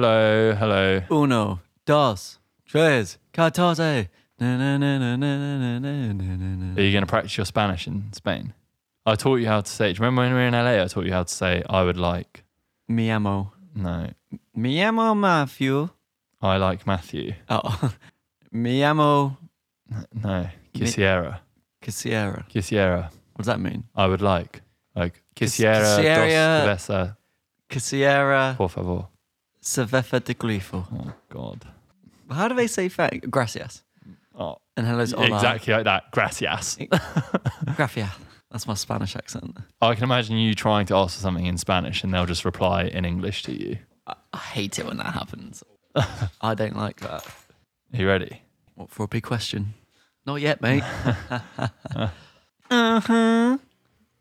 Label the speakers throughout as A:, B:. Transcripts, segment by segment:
A: Hello, hello.
B: Uno, dos, tres, catorce. Na, na, na, na, na, na, na, na, na,
A: Are
B: na.
A: you going to practice your Spanish in Spain? I taught you how to say. Do you remember when we were in LA? I taught you how to say I would like.
B: Me amo.
A: No,
B: Me amo Matthew.
A: I like Matthew.
B: Oh. Me amo
A: No, quisiera,
B: Quisiera.
A: quisiera.
B: What does that mean?
A: I would like. Like
B: Quis-
A: quisiera dos
B: quisiera-
A: cerveza,
B: Quisiera
A: por favor.
B: cerveza de glifo.
A: Oh God.
B: How do they say thank? Gracias.
A: Oh,
B: And hello's hola.
A: exactly like that. Gracias.
B: Gracias. That's my Spanish accent.
A: I can imagine you trying to ask for something in Spanish and they'll just reply in English to you.
B: I, I hate it when that happens. I don't like that.
A: Are you ready?
B: What for a big question? Not yet, mate. uh huh.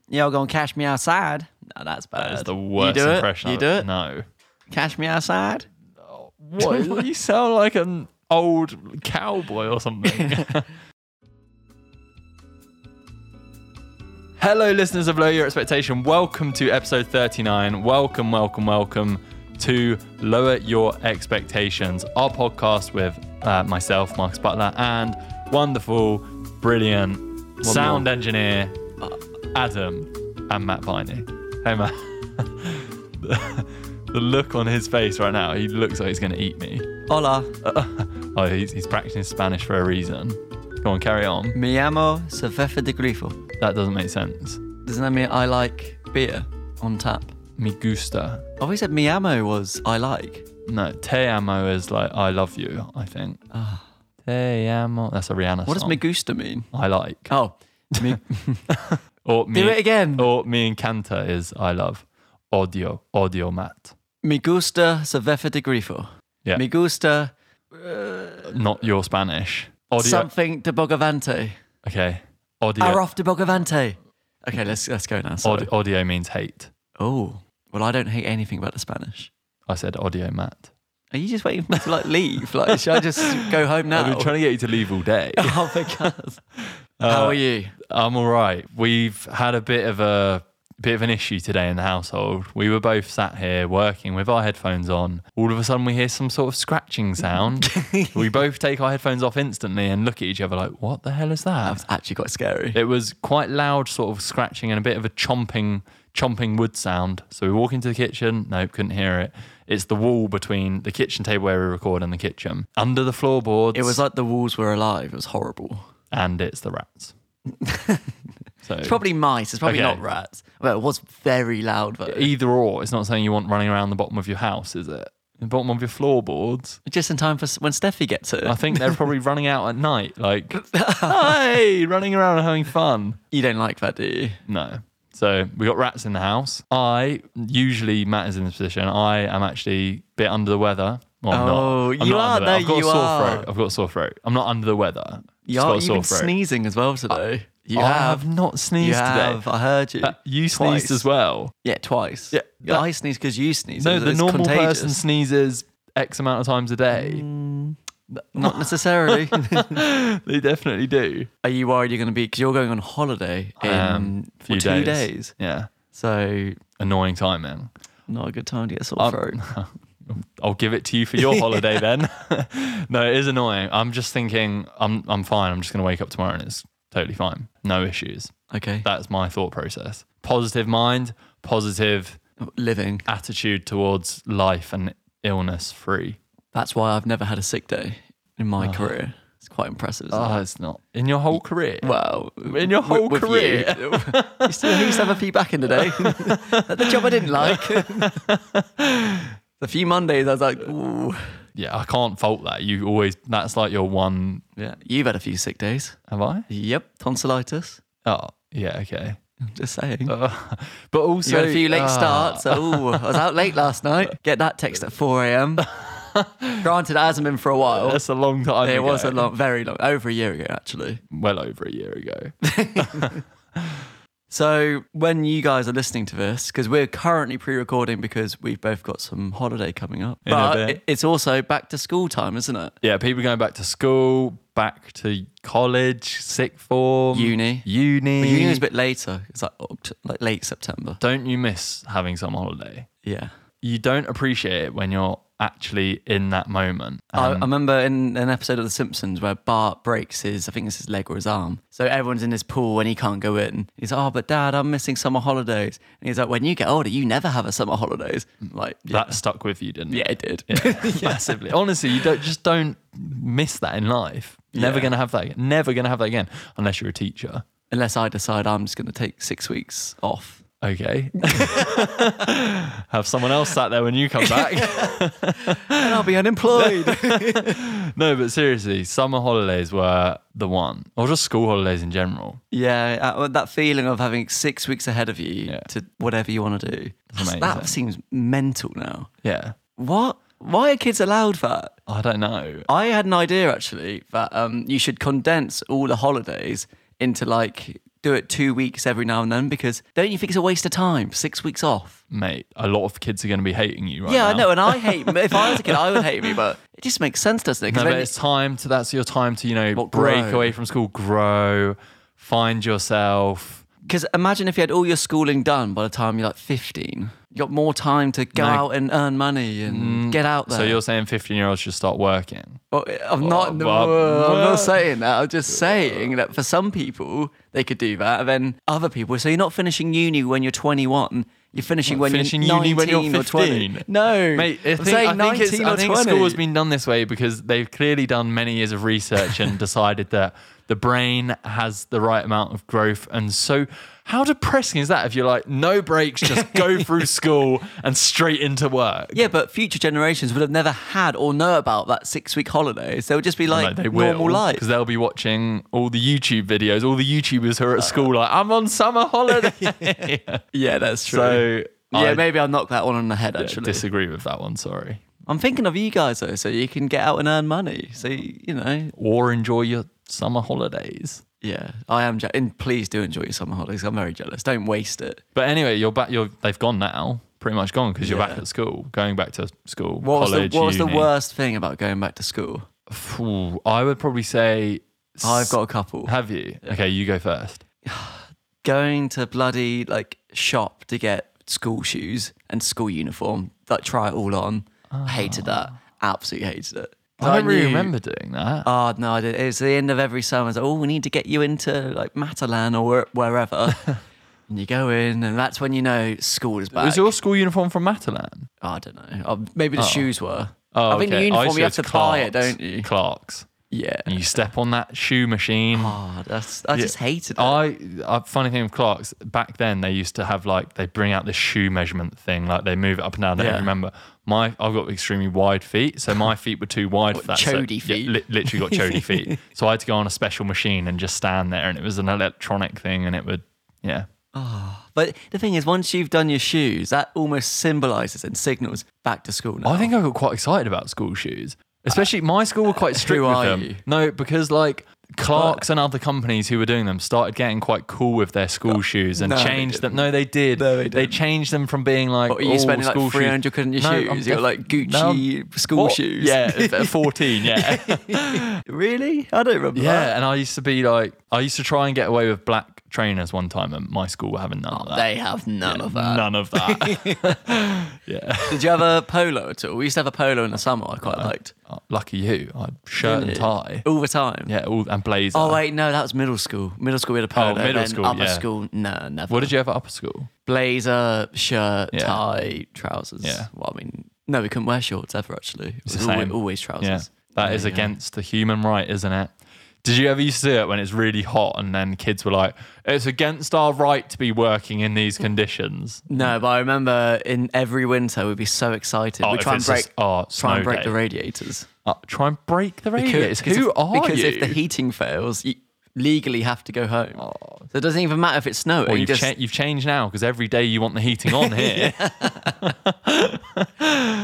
B: Y'all gonna cash me outside? No, that's bad.
A: That is the worst
B: Uh, you do
A: impression.
B: It? You
A: I've-
B: do it.
A: No.
B: Cash me outside.
A: What? you sound like an old cowboy or something. Hello, listeners of Lower Your Expectation. Welcome to episode 39. Welcome, welcome, welcome to Lower Your Expectations, our podcast with uh, myself, Marcus Butler, and wonderful, brilliant sound engineer, Adam and Matt Viney. Hey, Matt. the look on his face right now, he looks like he's going to eat me.
B: Hola, Uh,
A: Oh, he's, he's practicing Spanish for a reason. Go on, carry on.
B: me amo Cerveza de Grifo.
A: That doesn't make sense.
B: Doesn't that mean I like beer on tap?
A: Me gusta.
B: I always said me amo was I like.
A: No, te amo is like I love you. I think. Te amo. That's a Rihanna
B: Ah. What does
A: song.
B: me gusta mean?
A: I like.
B: Oh, me,
A: Or me,
B: do it again.
A: Or me encanta is I love. Audio, audio mat.
B: Me gusta cerveza de grifo.
A: Yeah.
B: Me gusta
A: Not your Spanish. Audio.
B: something de Bogavante.
A: okay. Audio.
B: Arof de Bogavante. Okay, let's let's go now. sorry.
A: aud- audio means hate.
B: Oh, well, I don't hate anything about the Spanish.
A: I said audio mat.
B: Are you just waiting for me to like leave? Like, should I just go home now?
A: I've been trying to get Uh, you to leave all day.
B: oh my god! How are you?
A: I'm all right. We've had a bit of a bit of an issue today in the household. We were both sat here working with our headphones on. All of a sudden, we hear some sort of scratching sound. we both take our headphones off instantly and look at each other like, "What the hell is that?"
B: It's actually quite scary.
A: It was quite loud, sort of scratching and a bit of a chomping, chomping wood sound. So we walk into the kitchen. Nope, couldn't hear it. It's the wall between the kitchen table where we record and the kitchen. Under the floorboards.
B: It was like the walls were alive. It was horrible.
A: and it's the rats. so
B: It's probably mice. It's probably
A: Okay.
B: not rats. Well, it was very loud though.
A: either or. It's not something you want running around the bottom of your house, is it? The bottom of your floorboards.
B: Just in time for s- when Steffi gets it.
A: I think they're probably running out at night, like, hey, running around and having fun.
B: You don't like that, do you?
A: No. So we got rats in the house. I usually Matt is in this position. I am actually a bit under the weather. Well, I'm
B: Oh,
A: not. I'm
B: you
A: not
B: are,
A: under the-
B: though,
A: I've got
B: you
A: a sore
B: are.
A: throat. I've got a sore throat. I'm not under the weather.
B: You
A: Just got
B: are
A: a sore
B: even
A: throat.
B: sneezing as well today. you
A: I
B: have.
A: have not
B: You
A: sneezed
B: have.
A: today.
B: I heard you.
A: Uh, you
B: Twice.
A: sneezed as well.
B: Yeah, twice.
A: Yeah, that-
B: I sneeze because you sneeze.
A: No,
B: It's-
A: the
B: it's
A: normal
B: contagious.
A: person sneezes X amount of times a day.
B: Not necessarily.
A: They definitely do.
B: Are you worried you're going to be? Because you're going on holiday in
A: few
B: well, Um, two days.
A: Yeah.
B: so
A: Annoying timing.
B: not a good time to get a sore
A: Um,
B: throat.
A: I'll give it to you for your holiday then. no, it is annoying. I'm just thinking I'm I'm fine. I'm just gonna wake up tomorrow and it's totally fine. No issues.
B: Okay,
A: That's my thought process. Positive mind, positive
B: living.
A: attitude towards life and illness free.
B: That's why I've never had a sick day in my
A: Ah.
B: career. It's quite impressive. Isn't
A: Oh, it's not. In your whole career.
B: it? Wow,
A: in your whole
B: with you. you still I used to have a few back in the day. the job I didn't like. the few Mondays I was like, ooh.
A: Yeah, I can't fault that. You always that's like your one
B: Yeah, you've had a few sick days.
A: have I?
B: Yep, tonsillitis.
A: Oh, yeah, okay.
B: I'm just saying.
A: But also
B: You had a few late
A: Ah.
B: starts. Oh, I was out late last night. Get that text at 4 a.m. Granted, it hasn't been for a while.
A: That's a long time
B: Oh. it
A: ago.
B: was a long, very long, over a year ago, actually.
A: Well over a year ago.
B: So when you guys are listening to this, because we're currently pre-recording because we've both got some holiday coming up,
A: a
B: but
A: bit.
B: it- it's also back to school time, isn't it?
A: Yeah, people going back to school, back to college, sick form,
B: Uni.
A: uni.
B: But uni was a bit later. It's like Oct- like late September.
A: Don't you miss having some holiday?
B: Yeah.
A: you don't appreciate it when you're actually in that moment.
B: I, I
A: Um,
B: remember in an episode of The Simpsons where Bart breaks his, I think it's his leg or his arm. So everyone's in his pool and he can't go in. He's like, oh, but dad, I'm missing summer holidays. And he's like, when you get older, you never have a summer holidays. I'm like, yeah,
A: That stuck with you, didn't it?
B: yeah it did.
A: massively. Honestly, you don't just don't miss that in life. Never
B: Yeah.
A: gonna have that. Again. Never gonna have that again, unless you're a teacher.
B: Unless I decide I'm just going to take six weeks off.
A: Okay. have someone else sat there when you come back.
B: And I'll be unemployed.
A: no, but seriously, summer holidays were the one, or just school holidays in general.
B: yeah, uh, that feeling of having six weeks ahead of you
A: Yeah.
B: to whatever you want to do. That's-
A: amazing.
B: That seems mental now.
A: Yeah.
B: What? Why are kids allowed that?
A: I don't know.
B: I had an idea actually that um, you should condense all the holidays into like do it two weeks every now and then because don't you think it's a waste of time? Six weeks off.
A: Mate, a lot of kids are going to be hating you right
B: yeah,
A: now.
B: I know, and I hate. if I was a kid, I would hate me, but it just makes sense, doesn't it? 'Cause
A: No, but
B: then-
A: it's time to that's your time to you know
B: What,
A: break
B: grow?
A: away from school, grow, find yourself.
B: Because imagine if you had all your schooling done by the time you're like 15. You got more time to go
A: No.
B: out and earn money and get out there.
A: Mm. So you're saying 15 year olds should start working?
B: Well, I'm not.
A: well,
B: well, I'm
A: well.
B: not saying that. I'm just saying that for some people they could do that, and then other people. So you're not finishing uni when you're 21. You're finishing when
A: finishing
B: you're 19
A: uni when you're
B: or 20.
A: 15.
B: No,
A: Mate, I
B: I'm
A: think,
B: saying
A: I think,
B: 19
A: it's,
B: or
A: I think
B: 20.
A: school has been done this way because they've clearly done many years of research and decided that the brain has the right amount of growth. And so, how depressing is that if you're like, no breaks, just go through school and straight into work?
B: Yeah, but future generations would have never had or know about that six week holiday. So it would just be like
A: they
B: normal life.
A: because they'll be watching all the YouTube videos, all the YouTubers who are at school, like, I'm on summer holiday.
B: Yeah, that's
A: so,
B: yeah,
A: I
B: maybe I'll knock that one on the head actually.
A: disagree with that one, sorry.
B: I'm thinking of you guys though, so you can get out and earn money. So you know,
A: Or enjoy your summer holidays.
B: yeah, I am. Je- and please do enjoy your summer holidays. I'm very jealous. Don't waste it.
A: But anyway, you're back. You're they've gone now. Pretty much gone because you're
B: Yeah.
A: back at school, going back to school.
B: What was, the,
A: college,
B: what was the
A: uni.
B: worst thing about going back to school?
A: Phew, I would probably say s-
B: I've got a couple.
A: Have you? Okay, you go first.
B: Going to bloody like shop to get school shoes and school uniform, like try it all on. Hated that. Absolutely hated it.
A: Ah. I don't really
B: knew-
A: remember doing that.
B: Oh no, I did. It was the end of every summer. I was like, oh, we need to get you into like Matalan or where- wherever. and you go in, and that's when you know school is back.
A: was your school uniform from Matalan?
B: I don't know. Oh, maybe the shoes were.
A: Oh,
B: I think
A: okay.
B: the
A: used
B: uniform you
A: go
B: have to buy it,
A: Clarks-
B: don't you?
A: Clark's.
B: Yeah.
A: And you step on that shoe machine.
B: Oh, that's. I just hated it.
A: I, I funny thing with Clark's back then they used to have like they bring out this shoe measurement thing like they move it up and down. I
B: Yeah.
A: don't remember my I've got extremely wide feet, so my feet were too wide for that.
B: chody
A: so, yeah,
B: feet.
A: li- literally got chody feet. So I had to go on a special machine and just stand there, and it was an electronic thing, and it would yeah.
B: But the thing is, once you've done your shoes, that almost symbolises and signals back to school now.
A: I think I got quite excited about school shoes, especially my school were quite strict
B: who
A: with
B: are
A: them.
B: you?
A: No, because like. Clark's and other companies who were doing them started getting quite cool with their school shoes and
B: Oh, no, they
A: changed them. No, they did.
B: No, they didn't.
A: changed them from being like
B: What, are you
A: "Oh,
B: spending like
A: school shoes-
B: 300 quid on your
A: No, I'm
B: shoes? You got
A: def-
B: like
A: No,
B: Gucci school
A: What?
B: shoes.
A: Yeah, at 14, yeah.
B: really? I don't remember.
A: yeah, and I used to be like, I used to try and get away with black trainers one time at my school were having none of
B: that.
A: that.
B: They have none of Oh, that.
A: None of that.
B: Did you have a polo at all? We used to have a polo in the summer. I quite liked
A: Oh, Lucky you. I shirt and tie.
B: all the time.
A: Yeah, all, and blazer.
B: Oh wait, no, that was middle school. Middle school we had a polo.
A: middle
B: then
A: school,
B: Upper
A: yeah.
B: school, no, never.
A: What did you have at upper school?
B: Blazer, shirt,
A: Yeah.
B: tie, trousers.
A: Yeah.
B: Well, I mean, no, we couldn't wear shorts ever. Actually, it was
A: the
B: always,
A: same.
B: always
A: Yeah.
B: trousers.
A: that is
B: Yeah, yeah.
A: against the human right, isn't it? Did you ever used to do it when it's really hot and then kids were like, it's against our right to be working in these conditions?
B: No, but I remember in every winter we'd be so excited.
A: Oh,
B: we'd
A: if
B: try and
A: it's
B: break,
A: just- oh,
B: try
A: snow
B: and break
A: day.
B: the radiators.
A: Uh, try and break the radiators.
B: because
A: Who
B: if,
A: are
B: because
A: you?
B: if the heating fails, you legally have to go home. So it doesn't even matter if it's snowing.
A: Oh. Well, you've,
B: just,
A: cha- you've changed now because every day you want the heating on here.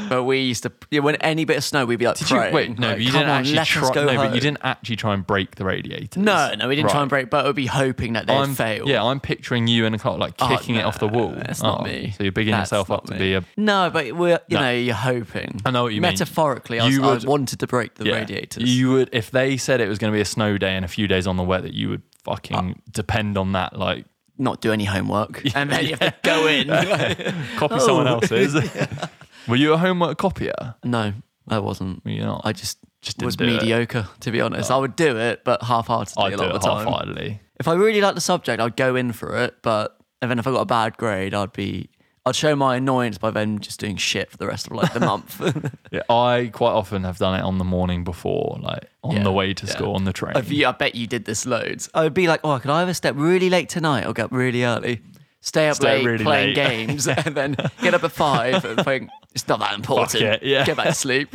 B: but we used to yeah, when any bit of snow, we'd be like,
A: Did you,
B: praying,
A: wait, no,
B: like,
A: but you
B: "Come
A: didn't
B: on,
A: actually
B: let
A: try.
B: us go
A: No, but
B: home."
A: you didn't actually try and break the radiators.
B: No, no, we didn't try
A: Right.
B: and break, but we'd be hoping that they'd
A: I'm,
B: fail.
A: Yeah, I'm picturing you in a car like
B: Oh,
A: kicking it off the
B: no,
A: wall.
B: That's not
A: Oh,
B: me.
A: So you're bigging
B: That's
A: yourself up
B: not
A: to
B: me.
A: be a
B: No, but we're you know you're hoping.
A: I know what you mean.
B: Metaphorically,
A: You
B: I,
A: would-
B: was, I wanted to break the
A: yeah.
B: radiators.
A: You would if they said it was going to be a snow day and a few days on the weather, you would fucking
B: Ah.
A: depend on that. Like
B: not do any homework, and then you have to go in.
A: copy someone
B: Oh.
A: else's. Were you a homework copier?
B: No, I wasn't.
A: Were you not?
B: I just, just
A: didn't
B: was
A: do it.
B: mediocre, to be honest. I would do it, but half-heartedly
A: I'd
B: a
A: do
B: lot
A: it
B: of the time.
A: half-heartedly.
B: If I really liked the subject, I'd go in for it. But and then if I got a bad grade, I'd be, I'd show my annoyance by then just doing shit for the rest of like the month.
A: Yeah, I quite often have done it on the morning before, like on
B: Yeah,
A: the way to
B: yeah.
A: school on the train.
B: If you- I bet you did this loads. I would be like, oh, could I either step really late tonight or get up really early? Stay up
A: Stay
B: late
A: really late.
B: playing games and then get up at five and think it's not that important.
A: it, yeah.
B: Get back to sleep.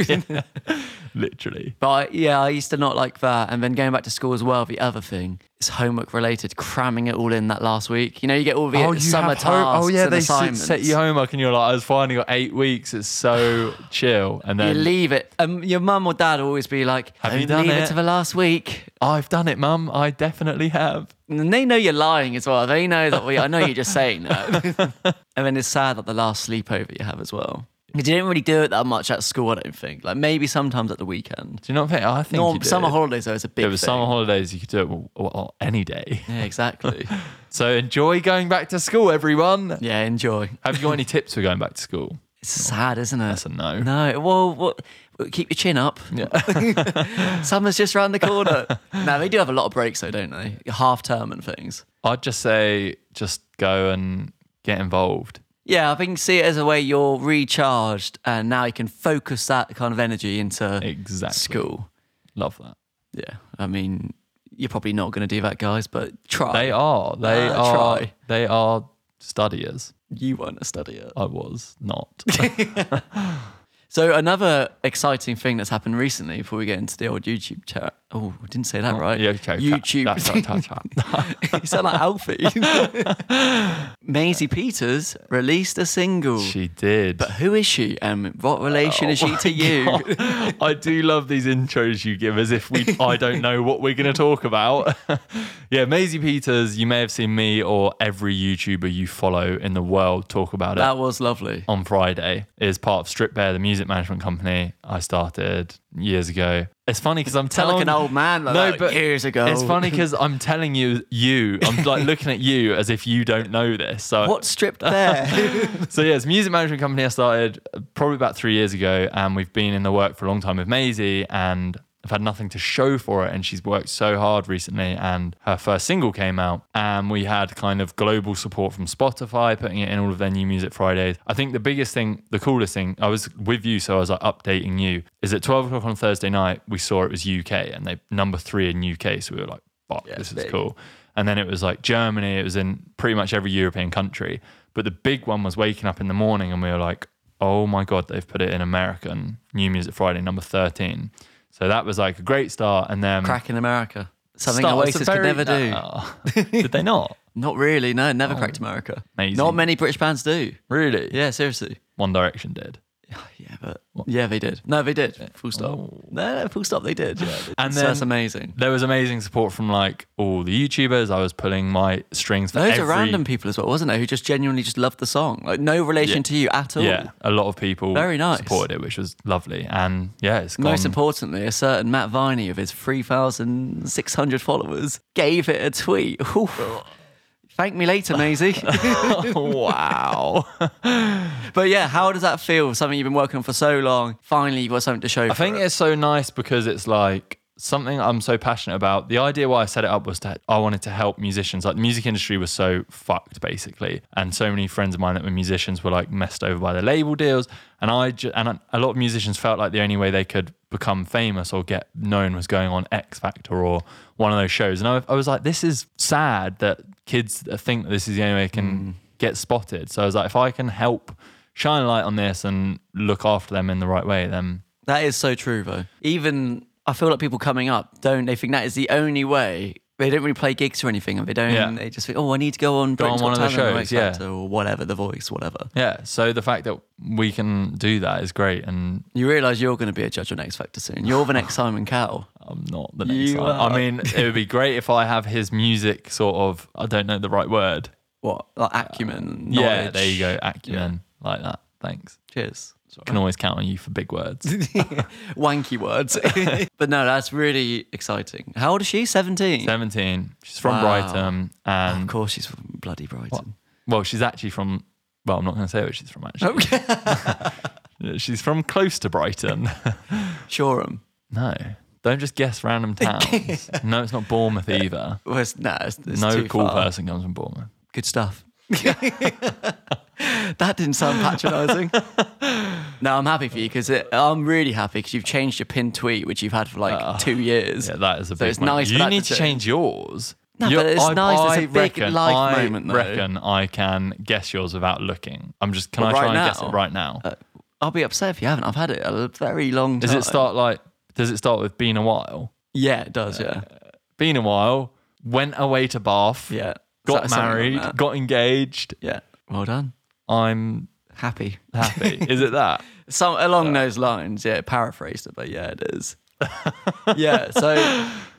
A: Literally.
B: But yeah, I used to not like that. And then going back to school as well, the other thing is homework related, cramming it all in that last week. You know, you get all the summer tasks
A: Oh yeah,
B: and
A: they set,
B: assignments.
A: set you homework, and you're like, I was finally got eight weeks. It's so chill, and
B: You
A: then
B: leave it. Um, your mum or dad will always be like,
A: Have
B: "Don't
A: you done
B: leave it?
A: it?"
B: to the last week.
A: I've done it, Mum. I definitely have.
B: And they know you're lying as well. They know that, well, I know you're just saying that. and then it's sad that the last sleepover you have as well. Because you didn't really do it that much at school, I don't think. Like maybe sometimes at the weekend.
A: Do you not think? I think you
B: Norm,
A: did.
B: summer holidays, though, is a big
A: It was
B: thing.
A: summer holidays. You could do it well, well, any day.
B: yeah, exactly.
A: So enjoy going back to school, everyone.
B: yeah, enjoy.
A: Have you got any tips for going back to school?
B: It's sad, isn't it?
A: That's a no.
B: No, well, what, keep your chin up. Summer's just round the corner. no, they do have a lot of breaks, though, don't they? Half term and things.
A: I'd just say just go and get involved.
B: Yeah, I think see it as a way you're recharged, and now you can focus that kind of energy into
A: Exactly.
B: school.
A: Love that.
B: Yeah, I mean, you're probably not going to do that, guys, but try.
A: They are. They
B: Uh,
A: are.
B: try.
A: They are studiers.
B: you weren't a studier.
A: I was not.
B: So another exciting thing that's happened recently before we get into the old YouTube chat. Oh, I didn't say that right.
A: yeah, okay,
B: YouTube.
A: that's right, that's
B: you sound like Alfie. Maisie Peters released a single.
A: she did.
B: Who is she and what relation is she to you?
A: I do love these intros you give as if we I don't know what we're going to talk about. yeah, Maisie Peters, you may have seen me or every YouTuber you follow in the world talk about it.
B: That was lovely.
A: on Friday is part of Strip Bear, the music management company I started years ago. It's funny because I'm
B: Sound
A: telling
B: like an old man, like that, years ago.
A: It's funny because I'm telling you, you. I'm like looking at you as if you don't know this. So
B: What stripped there?
A: so yeah, it's a music management company I started probably about three years ago, and we've been in the work for a long time with Maisie, and I've had nothing to show for it, and she's worked so hard recently, and her first single came out, and we had kind of global support from Spotify, putting it in all of their new music Fridays. I think the biggest thing, the coolest thing, I was with you, so I was like updating you, is at twelve o'clock on Thursday night we saw it was UK, and they number three in UK, so we were like, fuck, this is
B: big.
A: cool. And then it was like Germany, it was in pretty much every European country. But the big one was waking up in the morning and we were like, oh my God, they've put it in American New Music Friday, number 13. So that was like a great start. And then
B: Crack in America. Something
A: Start- it's a
B: Oasis
A: very-
B: could never do.
A: Oh. did they not?
B: Not really. No, never cracked America.
A: amazing.
B: Not many British bands do.
A: Really?
B: Yeah, seriously.
A: One Direction did.
B: Yeah, but yeah, they did. No, they did. Full stop. No, no, full stop. They did. Yeah,
A: And
B: and
A: then-
B: that's amazing.
A: There was amazing support from like all the YouTubers. I was pulling my strings for
B: Loads
A: every
B: of random people as well, wasn't there? Who just genuinely just loved the song. Like no relation
A: Yeah.
B: to you at all.
A: Yeah, a lot of people
B: Very nice.
A: supported it, which was lovely. And yeah, it's gone.
B: Most importantly, a certain Matt Viney of his 3,600 followers gave it a tweet. Oof. Thank me later, Maisie.
A: wow.
B: but yeah, how does that feel? Something you've been working on for so long. Finally, you've got something to show
A: I think it's so nice because it's like something I'm so passionate about. The idea why I set it up was that I wanted to help musicians. Like the music industry was so fucked basically, and so many friends of mine that were musicians were like messed over by their label deals. And I ju- and a lot of musicians felt like the only way they could become famous or get known was going on X Factor or one of those shows. And I, I was like, this is sad that kids think that this is the only way they can get spotted. So I was like, if I can help shine a light on this and look after them in the right way, then
B: That is so true, though. Even I feel like people coming up don't they think that is the only way. They don't really play gigs or anything, and they don't.
A: Yeah.
B: They just think, oh, I need to go on,
A: on
B: Britain's Got
A: one of the
B: Talent or
A: shows,
B: X
A: yeah.
B: Factor or whatever, The Voice, whatever.
A: Yeah. So the fact that we can do that is great, and
B: You realise you're going to be a judge on X Factor soon. You're the next Simon Cowell.
A: I'm not the next
B: You
A: one.
B: are.
A: I mean, it would be great if I have his music sort of. I don't know the right word.
B: What like acumen?
A: Yeah.
B: knowledge.
A: There you go. Acumen like that. Thanks.
B: Cheers.
A: Can always count on you for big words.
B: Wanky words, but no, that's really exciting. How old is she? Seventeen.
A: Seventeen. She's from
B: Wow.
A: Brighton,
B: Of
A: and
B: course, she's from
A: Oh,
B: bloody Brighton.
A: Oh. well, she's actually from. Well, I'm not going to say where she's from. Actually, She's from close to Brighton.
B: Shoreham.
A: no. Don't just guess random towns. no, it's not Bournemouth either.
B: Well, it's, no, it's, it's
A: no
B: too
A: cool
B: far.
A: person comes from Bournemouth.
B: Good stuff. that didn't sound patronising. no, I'm happy for you because I'm really happy because you've changed your pinned tweet, which you've had for like two years.
A: Yeah, that is a
B: So
A: big
B: it's
A: one.
B: nice for
A: You
B: that
A: need
B: to
A: to
B: change.
A: change yours.
B: No,
A: Your-
B: but it's nice. It's a big life
A: I
B: moment, though.
A: reckon I can guess yours without looking. I'm just, can
B: Well,
A: I try
B: right
A: and guess it
B: now?
A: right now?
B: Uh, I'll be upset if you haven't. I've had it a very long time.
A: does it start like, does it start with been a while?
B: Yeah, it does. Yeah,
A: Been a while, went away to Bath,
B: yeah.
A: got
B: So- something like
A: married,
B: that.
A: got engaged.
B: yeah. Well done.
A: I'm
B: Happy. Uh,
A: happy. is it that?
B: Some along those lines. Yeah, paraphrased it, but yeah, it is. yeah. So,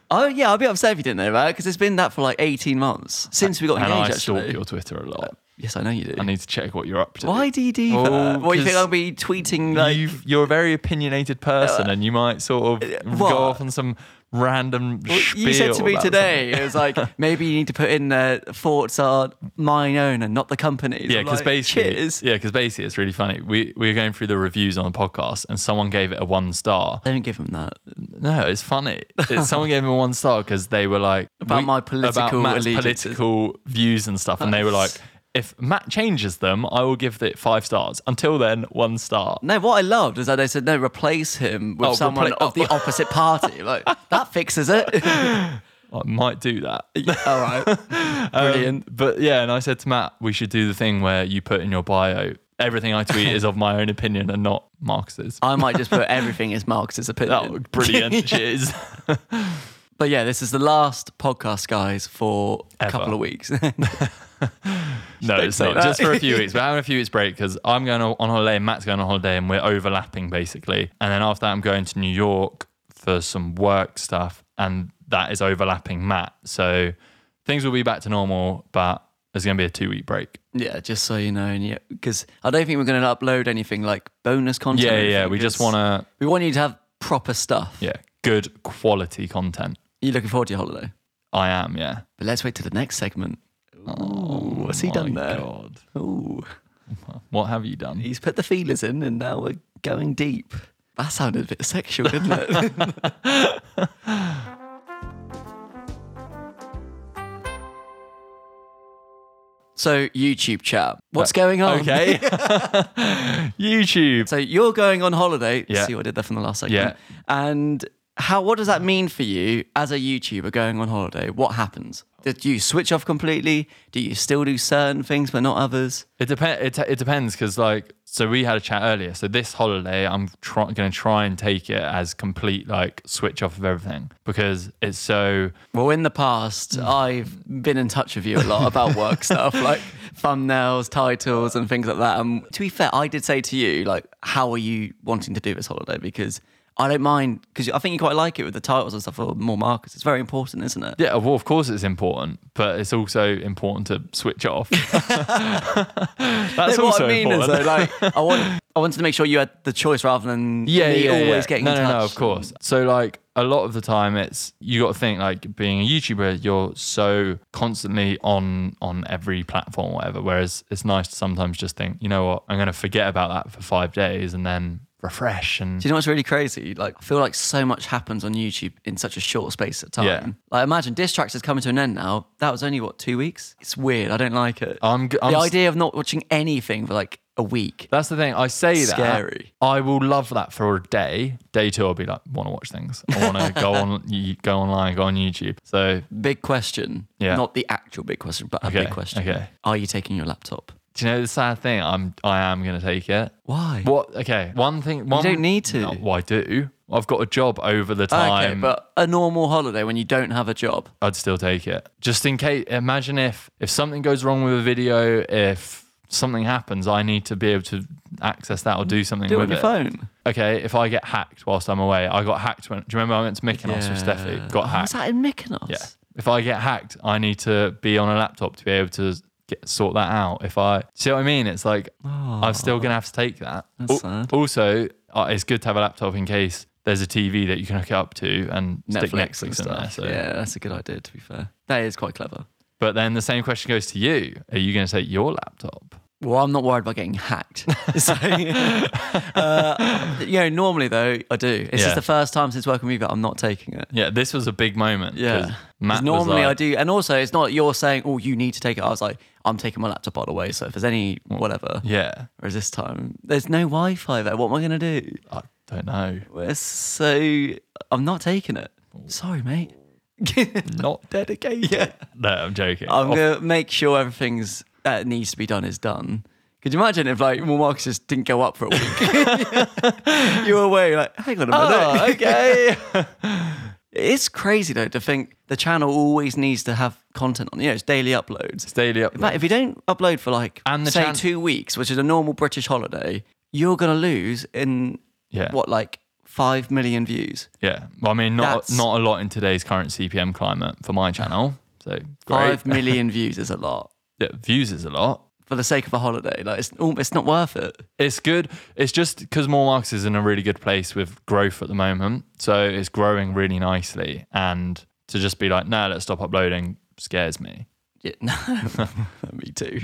B: oh yeah, I'll be upset if you didn't know that because it's been that for like 18 months since we got
A: And I
B: engaged.
A: stalk
B: actually.
A: your Twitter a lot.
B: Yes, I know you do.
A: I need to check what you're up to.
B: Why do you do
A: Oh,
B: that? What do you think
A: 'cause
B: I'll be tweeting like?
A: You've, you're a very opinionated person,
B: Uh,
A: and you might sort of
B: what?
A: go off on some random.
B: uh, you said to
A: spiel
B: me
A: about
B: today, it was like maybe you need to put in the thoughts are mine own and not the company's.
A: Yeah,
B: I'm
A: because
B: like,
A: basically,
B: cheers.
A: yeah, because basically, it's really funny. We we were going through the reviews on the podcast, and someone gave it a one star.
B: Don't give them that.
A: No, it's funny. It's, someone gave him a one star because they were like
B: About my
A: about
B: political
A: Matt's
B: allegiances.
A: political views and stuff, and they were like, if Matt changes them, I will give it five stars. Until then, one star.
B: No, what I loved is that they said no, replace him with
A: Oh,
B: someone
A: repla-
B: of the opposite party. Like that fixes it.
A: I might do that.
B: All right,
A: Um,
B: brilliant.
A: But yeah, and I said to Matt, we should do the thing where you put in your bio everything I tweet is of my own opinion and not Marcus's.
B: I might just put everything as Marx's opinion.
A: Oh, brilliant! Cheers.
B: But yeah, this is the last podcast, guys, for
A: Ever.
B: a couple of weeks.
A: No, it's
B: say
A: not.
B: that.
A: Just for a few weeks. We're having a few weeks break because I'm going on holiday and Matt's going on holiday and we're overlapping basically. And then after that, I'm going to New York for some work stuff and that is overlapping Matt. So things will be back to normal, but there's going to be a two week break.
B: yeah, just so you know, and yeah, because I don't think we're going to upload anything like bonus content.
A: Yeah,
B: or
A: yeah. yeah.
B: anything,
A: We just
B: 'cause
A: want to,
B: we want you to have proper stuff.
A: yeah, good quality content.
B: You looking forward to your holiday?
A: I am, yeah. Oh
B: But let's wait till the next segment. Ooh, what's he done
A: My
B: there?
A: God.
B: Ooh,
A: What have you done?
B: he's put the feelers in, and now we're going deep. That sounded a bit sexual, didn't it? so YouTube chat, what's going on?
A: Okay. YouTube.
B: So you're going on holiday.
A: Yeah.
B: See what I did there from the last segment. And how? What does that mean for you as a YouTuber going on holiday? What happens? Do you switch off completely? Do you still do certain things but not others?
A: It depends. It, it depends because like so we had a chat earlier. So this holiday, I'm try- going to try and take it as complete like switch off of everything because it's so
B: Well, in the past, I've been in touch with you a lot about work stuff, like thumbnails, titles, and things like that. Um, to be fair, I did say to you, like, how are you wanting to do this holiday? Because I don't mind, because I think you quite like it with the titles and stuff, or more markers. It's very important, isn't it?
A: yeah. Well, of course it's important, but it's also important to switch off. That's also
B: No, what I mean
A: important.
B: is though, like, I want, I wanted to make sure you had the choice rather than me always getting
A: no, no,
B: in touch.
A: no, of course. So like a lot of the time, it's you got to think like being a YouTuber, you're so constantly on on every platform, or whatever. Whereas it's nice to sometimes just think, you know what, I'm going to forget about that for five days and then refresh and
B: Do you know what's really crazy? Like, I feel like so much happens on YouTube in such a short space of time.
A: Yeah.
B: Like, imagine Distracts is coming to an end now. That was only what two weeks. It's weird. I don't like it.
A: I'm, g- I'm
B: the
A: s-
B: idea of not watching anything for like a week.
A: That's the thing. I say that.
B: Scary.
A: I will love that for a day. Day two, I'll be like, want to watch things. I want to go on, you, go online, go on YouTube. So
B: Big question.
A: Yeah.
B: Not the actual big question, but a
A: Okay,
B: big question.
A: okay.
B: Are you taking your laptop?
A: do you know the sad thing? I'm, I am going to take it.
B: Why?
A: What? Okay. One thing. One,
B: don't need to.
A: No, well, I do. I've got a job over the time.
B: Okay, but a normal holiday when you don't have a job.
A: I'd still take it. Just in case. Imagine if if something goes wrong with a video, if something happens, I need to be able to access that or do something
B: Do it
A: with
B: on your
A: it.
B: phone.
A: Okay. If I get hacked whilst I'm away, I got hacked when. Do you remember I went to Mykonos with
B: Yeah.
A: Steffi? Got
B: Oh, was
A: hacked.
B: that in Mykonos?
A: Yeah. If I get hacked, I need to be on a laptop to be able to get sort that out. If I see what I mean, it's like I'm still gonna have to take that.
B: Oh. That's sad.
A: Also, uh, it's good to have a laptop in case there's a TV that you can hook it up to and stick Netflix
B: Netflix and
A: in
B: stuff.
A: there. So.
B: Yeah, that's a good idea. To be fair, that is quite clever.
A: But then the same question goes to you: Are you gonna take your laptop?
B: well, I'm not worried about getting hacked. so, uh, you know, normally though, I do. It's
A: Yeah.
B: just the first time since working with you, I'm not taking it.
A: Yeah, this was a big moment. 'cause
B: Yeah. 'Cause
A: Matt
B: normally
A: was like,
B: I do. And also, it's not you're saying, oh, you need to take it. I was like, I'm taking my laptop all the way. So if there's any whatever,
A: Yeah,
B: whereas this time, there's no Wi Fi there. What am I going to do?
A: I don't know.
B: We're so. I'm not taking it.
A: Oh.
B: Sorry, mate.
A: Not dedicated. No, I'm joking. Oh,
B: I'm
A: Off-
B: going to make sure everything's that needs to be done is done. Could you imagine if like more markets just didn't go up for a week? you were away, like, hang on a minute.
A: Oh, okay.
B: It's crazy though to think the channel always needs to have content on. You know, it's daily uploads.
A: Daily
B: In
A: upload.
B: fact, if you don't upload for like
A: And the
B: say
A: chan-
B: two weeks, which is a normal British holiday, you're gonna lose in
A: Yeah.
B: what like five million views.
A: Yeah. Well, I mean, not
B: That's-
A: not a lot in today's current CPM climate for my channel. So great.
B: Five million views is a lot
A: Yeah, views is a lot.
B: for the sake of a holiday. Like it's al- it's not worth it.
A: It's good. It's just because More Marks is in a really good place with growth at the moment. So it's growing really nicely. And to just be like, nah, let's stop uploading scares me.
B: Yeah, no, me too.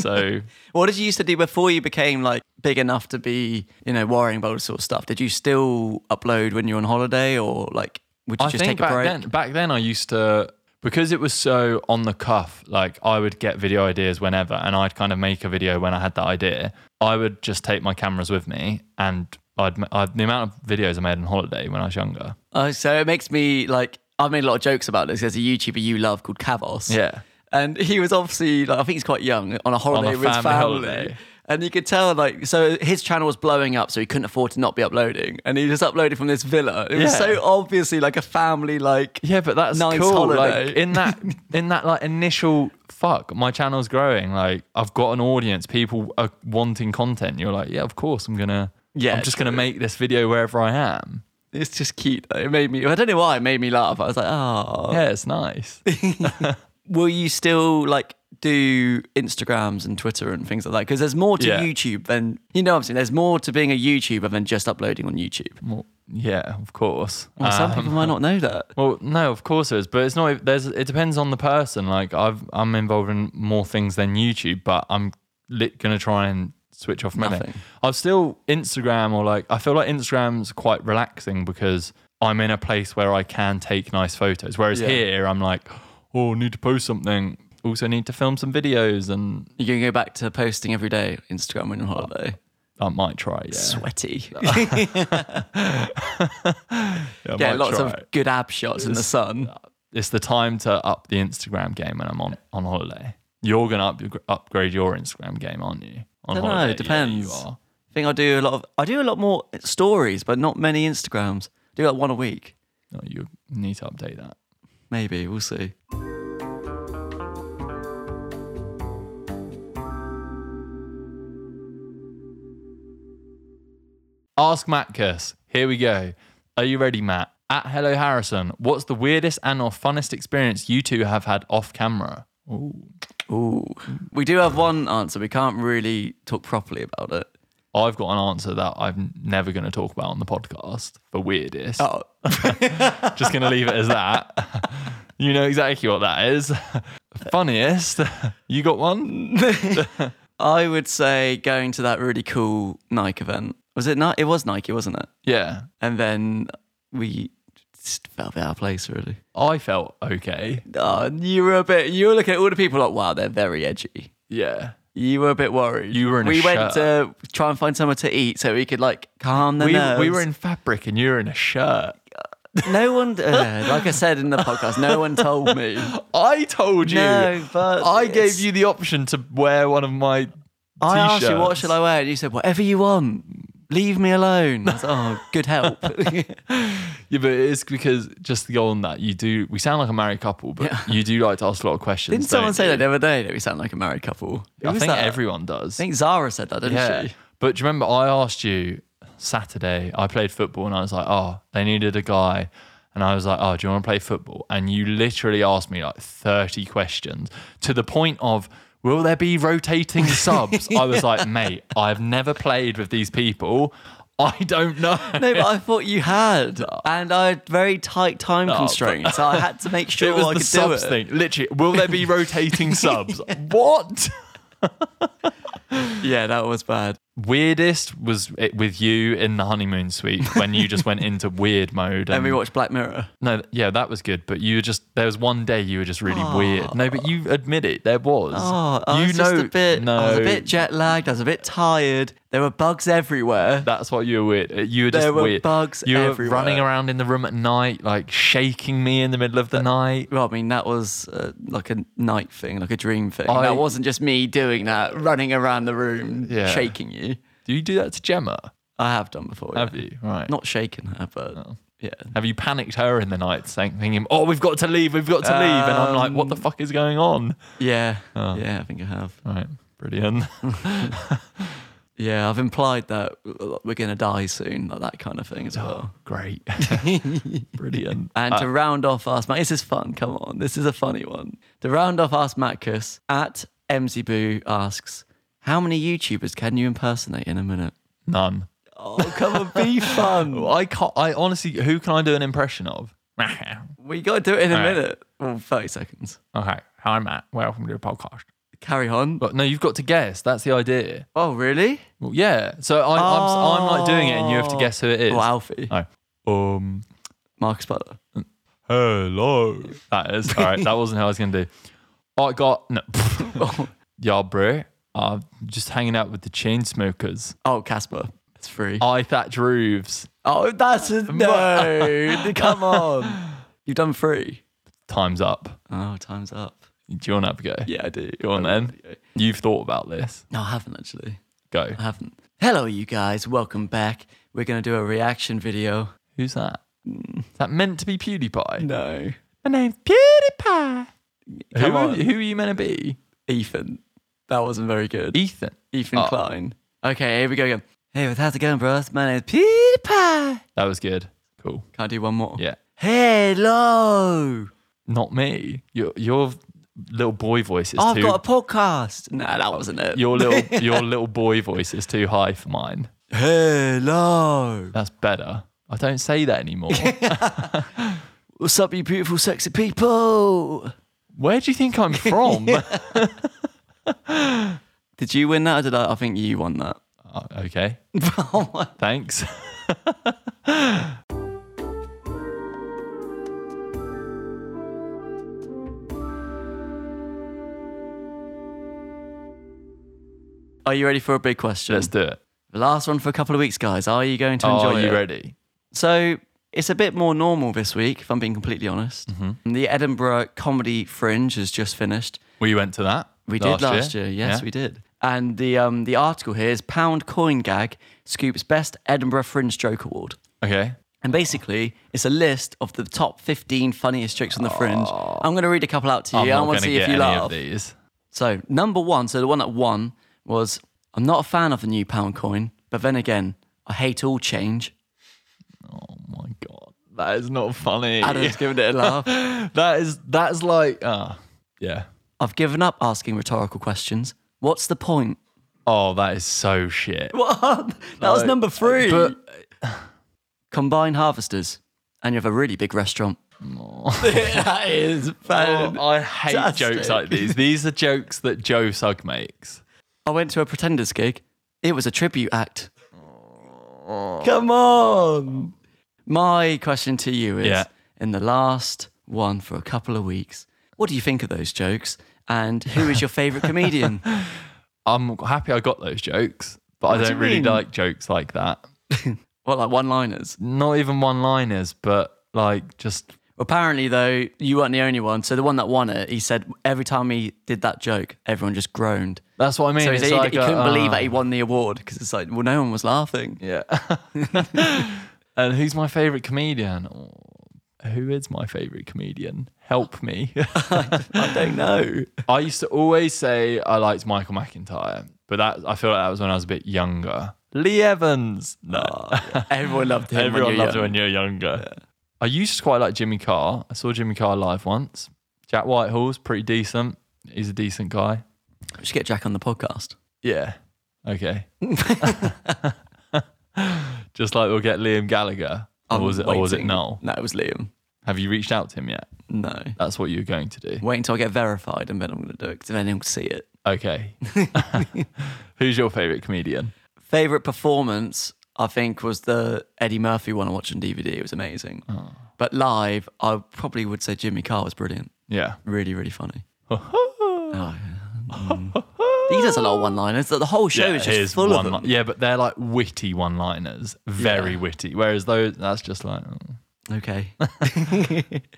A: So
B: what did you used to do before you became like big enough to be you know worrying about this sort of stuff? Did you still upload when you were on holiday, or like would you
A: I
B: just
A: think
B: take a
A: back
B: break?
A: then, back then I used to because it was so on the cuff. Like I would get video ideas whenever, and I'd kind of make a video when I had that idea. I would just take my cameras with me, and I'd, i the amount of videos I made on holiday when I was younger.
B: Oh, so it makes me like I've made a lot of jokes about this. There's a YouTuber you love called Kavos.
A: Yeah.
B: And he was obviously like I think he's quite young on a holiday
A: On a
B: with his
A: family
B: family.
A: holiday.
B: And you could tell like so his channel was blowing up, so he couldn't afford to not be uploading. And he just uploaded from this villa. It was
A: Yeah.
B: so obviously like a family like
A: Yeah, but that's
B: Nice
A: cool. Like
B: holiday.
A: in that in that like initial fuck, my channel's growing. Like I've got an audience. People are wanting content. You're like, yeah, of course I'm gonna.
B: Yeah,
A: I'm just gonna make this video wherever I am.
B: it's just cute. It made me I don't know why it made me laugh. I was like, oh
A: Yeah, it's nice.
B: will you still like do Instagrams and Twitter and things like that? Because there's more to
A: Yeah.
B: YouTube than you know what I'm saying. There's more to being a YouTuber than just uploading on YouTube.
A: Well, yeah, of course.
B: Well, some
A: Um,
B: people might not know that.
A: Well, no, of course there is, but it's not. There's. It depends on the person. Like I've, I'm involved in more things than YouTube, but I'm lit, gonna try and switch off from everything.
B: Nothing.
A: I've still Instagram or like I feel like Instagram's quite relaxing because I'm in a place where I can take nice photos. Whereas
B: Yeah.
A: here, I'm like, oh, need to post something. Also need to film some videos, and
B: You're going to go back to posting every day Instagram when you're on holiday.
A: I might try. Oh, Yeah, Oh,
B: Sweaty.
A: I
B: yeah,
A: might
B: lots
A: try.
B: of good ab shots in the sun.
A: It's the time to up the Instagram game when I'm on, on holiday. You're going to up, upgrade your Instagram game, aren't you? On
B: Dunno,
A: holiday.
B: depends.
A: Yeah, you are.
B: I think I do a lot of, I do a lot more stories, but not many Instagrams. I do like one a week,
A: No, you need to update that.
B: maybe. We'll see.
A: Ask Matkus. Here we go. Are you ready, Matt? At Hello Harrison, what's the weirdest and or funnest experience you two have had off camera?
B: Ooh. We do have one answer. We can't really talk properly about it.
A: I've got an answer that I'm never going to talk about on the podcast for weirdest.
B: Oh,
A: Just going to leave it as that. you know exactly what that is. Funniest. you got one?
B: I would say going to that really cool Nike event. Was it not? It was Nike, wasn't it?
A: Yeah.
B: And then we just felt a bit out of place, really.
A: I felt okay.
B: Oh, you were a bit. You were looking at all the people like, wow, they're very edgy.
A: Yeah.
B: You were a bit worried.
A: You were in a
B: We went
A: shirt.
B: to try and find somewhere to eat so we could like calm the
A: We,
B: nerves.
A: we were in fabric and you were in a shirt.
B: No one, uh, like I said in the podcast, no one told me.
A: I told you.
B: No, but
A: I gave
B: it's-
A: you the option to wear one of my t-shirts.
B: I asked you what shall I wear, and you said whatever you want. Leave me alone. I was, oh, good help.
A: Yeah, but it's because just to go on that, you do. We sound like a married couple, but you do like to ask a lot of questions.
B: Didn't someone
A: don't
B: say
A: you?
B: that the other day that we sound like a married couple? Who
A: I
B: was
A: think
B: that?
A: everyone does.
B: I think Zara said that, didn't
A: yeah.
B: she?
A: But do you remember I asked you Saturday? I played football and I was like, oh, they needed a guy. And I was like, oh, do you want to play football? And you literally asked me like 30 questions to the point of, will there be rotating subs? I was like, mate, I've never played with these people. I don't know.
B: No, but I thought you had,
A: Oh.
B: and I had very tight time constraints, so I had to make sure
A: it was
B: I
A: the
B: could do
A: subs
B: it.
A: thing. Literally, will there be rotating subs? What?
B: yeah, that was bad.
A: Weirdest was it with you in the honeymoon suite when you just went into weird mode.
B: Then
A: and-
B: we watched Black Mirror.
A: No, th- yeah, that was good, but you were just there was one day you were just really weird. No, but you admit it, there was.
B: Oh, I
A: you
B: was just a bit.
A: No,
B: I was a bit jet lagged. I was a bit tired. There were bugs everywhere.
A: That's what you were weird. Uh, You were just
B: There were
A: weird.
B: bugs
A: You were
B: everywhere.
A: running around in the room at night, like shaking me in the middle of the night.
B: Well, I mean, that was uh, like a night thing, like a dream thing.
A: I-
B: that wasn't just me doing that, running around the room,
A: Yeah.
B: shaking you.
A: Do you do that to Gemma?
B: I have done before. yeah.
A: Have you? Right.
B: Not shaking her, but
A: Oh.
B: yeah.
A: Have you panicked her in the night, saying, thinking, "Oh, we've got to leave, we've got to leave," and I'm like, "What the
B: Um.
A: fuck is going on?"
B: Yeah.
A: Oh.
B: Yeah, I think I have.
A: Right. Brilliant.
B: Yeah, I've implied that we're going to die soon, like that kind of thing as
A: Oh.
B: well.
A: Great. Brilliant.
B: And to round off Ask Matt, this is fun. Come on, this is a funny one. To round off Ask Matkus, at MZ Boo asks, How many YouTubers can you impersonate in a minute?
A: None.
B: Oh, come on, be fun.
A: I can't. I honestly, who can I do an impression of? okay.
B: We got to do it in a
A: All right.
B: minute. Well, 30 seconds.
A: Hi, I'm Matt. Welcome to the podcast.
B: Carry on.
A: But no, you've got to guess. That's the idea.
B: Oh, really?
A: Well, yeah. So I, I'm, I'm like doing it, and you have to guess who it is.
B: Oh, Alfie.
A: Oh. Um.
B: Marcus Butler.
A: Hello. That is all right. That wasn't how I was gonna do. I got no. yeah, bro. I'm just hanging out with the chain smokers.
B: Oh, Casper. It's free.
A: I thatch roofs.
B: Oh, that's a no. Come on. You've done three.
A: Time's up.
B: Oh, time's up.
A: Do you want to have a go?
B: Yeah, I do.
A: Go on then. You've thought about this.
B: No, Oh, I haven't actually.
A: Go.
B: I haven't. Hello, you guys. Welcome back. We're going to do a reaction video.
A: Who's that? Is that meant to be PewDiePie?
B: Hmm. No.
A: My name's PewDiePie.
B: Come
A: who, are,
B: on.
A: who are you meant to be?
B: Ethan. That wasn't very good.
A: Ethan.
B: Ethan
A: Oh.
B: Klein. Okay, here we go again. Hey, what's- how's it going, bros? My name's PewDiePie.
A: That was good. Cool.
B: Can I do one more?
A: Yeah.
B: Hello.
A: Not me. Your your little boy voice is
B: I've
A: too.
B: got a podcast. Nah, that wasn't it.
A: your little your little boy voice is too high for mine.
B: Hello.
A: That's better. I don't say that anymore.
B: What's up, you beautiful, sexy people?
A: Where do you think I'm from?
B: Did you win that or did I? I think you won that.
A: Oh, okay.
B: oh my
A: Thanks.
B: Are you ready for a big question?
A: Let's do it.
B: the last one for a couple of weeks, guys. Are you going to
A: Oh,
B: enjoy
A: are you
B: it?
A: ready?
B: So it's a bit more normal this week, if I'm being completely honest.
A: Mm-hmm.
B: The Edinburgh Comedy Fringe has just finished.
A: We went to that.
B: We did last year. Yes, we did. And the um, the article here is Pound Coin Gag scoops best Edinburgh Fringe Joke Award.
A: Okay.
B: And basically, it's a list of the top 15 funniest jokes on the fringe. I'm going to read a couple out to you.
A: I'm
B: I
A: not
B: want
A: going
B: to
A: to
B: see
A: get
B: if you
A: any
B: laugh.
A: of these.
B: So, number one, so the one that won was I'm not a fan of the new pound coin, but then again, I hate all change.
A: Oh my god, that is not funny.
B: Adam's giving it a laugh.
A: That is that's like uh yeah.
B: I've given up asking rhetorical questions. What's the point?
A: Oh, that is so shit.
B: What? that was
A: No,
B: number three.
A: but-
B: Combine harvesters, and you have a really big restaurant. that is bad.
A: Oh, I hate
B: Fantastic.
A: jokes like these. These are jokes that Joe Sugg makes.
B: I went to a Pretenders gig. It was a tribute act. Come on. My question to you is
A: Yeah.
B: in the last one for a couple of weeks, what do you think of those jokes? And who is your favorite comedian?
A: I'm happy I got those jokes, but I
B: do
A: don't
B: you
A: really
B: mean?
A: like jokes like that.
B: what, like one liners?
A: Not even one liners, but like just
B: Apparently, though, you weren't the only one. So the one that won it, he said every time he did that joke, everyone just groaned.
A: that's what I mean.
B: So he,
A: It's
B: said he-
A: like
B: he
A: a,
B: couldn't believe
A: uh,
B: that he won the award because it's like, well, no one was laughing.
A: Yeah. and who's my favorite comedian? Oh, who is my favorite comedian? Help me.
B: I don't know.
A: I used to always say I liked Michael McIntyre, but that I feel like that was when I was a bit younger. Lee Evans. No.
B: Everyone loved him. when
A: Everyone
B: you were
A: loves it
B: young.
A: when you're younger. I used to quite like Jimmy Carr. I saw Jimmy Carr live once. Jack Whitehall's pretty decent. He's a decent guy.
B: We should get Jack on the podcast.
A: Yeah. Okay. Just like we'll get Liam Gallagher. Or
B: I'm
A: was it or was it
B: waiting.
A: Noel?
B: No, it was Liam.
A: Have you reached out to him yet?
B: No.
A: That's what you're going to do.
B: Wait until I get verified and then I'm going to do it because then he'll see it.
A: Okay. Who's your favorite comedian?
B: Favorite performance, I think, was the Eddie Murphy one I watched on DVD. It was amazing.
A: Oh.
B: But live, I probably would say Jimmy Carr was brilliant.
A: Yeah.
B: Really, really funny. Oh, yeah. Mm. he does a lot of one-liners. The the whole show
A: Yeah,
B: is
A: it is
B: just full of
A: one
B: them.
A: li- yeah, but they're like witty one-liners, very
B: Yeah.
A: witty. Whereas those, that's just like, mm.
B: Okay.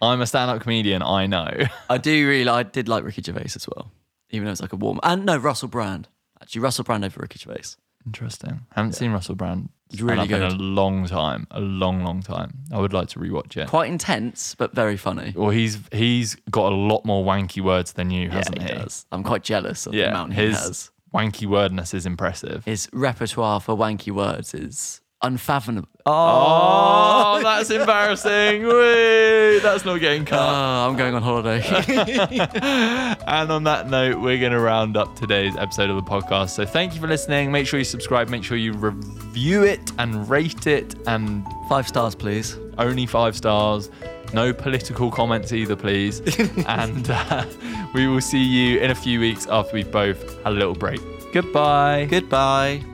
A: I'm a stand-up comedian. I know.
B: I do really. I did like Ricky Gervais as well, even though it's like a warm. And no, Russell Brand. Actually, Russell Brand over Ricky Gervais.
A: Interesting. haven't seen Russell Brand stand
B: really
A: up in a long time, a long, long time. I would like to rewatch it.
B: Quite intense, but very funny.
A: Well, he's he's got a lot more wanky words than you, hasn't
B: yeah,
A: he?
B: he does. I'm quite jealous of the
A: Yeah,
B: amount he
A: his
B: has.
A: wanky wordness is impressive.
B: His repertoire for wanky words is unfathomable.
A: Oh, that's embarrassing. Woo, that's not getting cut.
B: Oh, I'm going on holiday.
A: And on that note, we're going to round up today's episode of the podcast. So thank you for listening. Make sure you subscribe, make sure you review it and rate it, and
B: Five stars, please.
A: only five stars. No political comments either, please. and uh, we will see you in a few weeks after we've both had a little break. Goodbye.
B: Goodbye.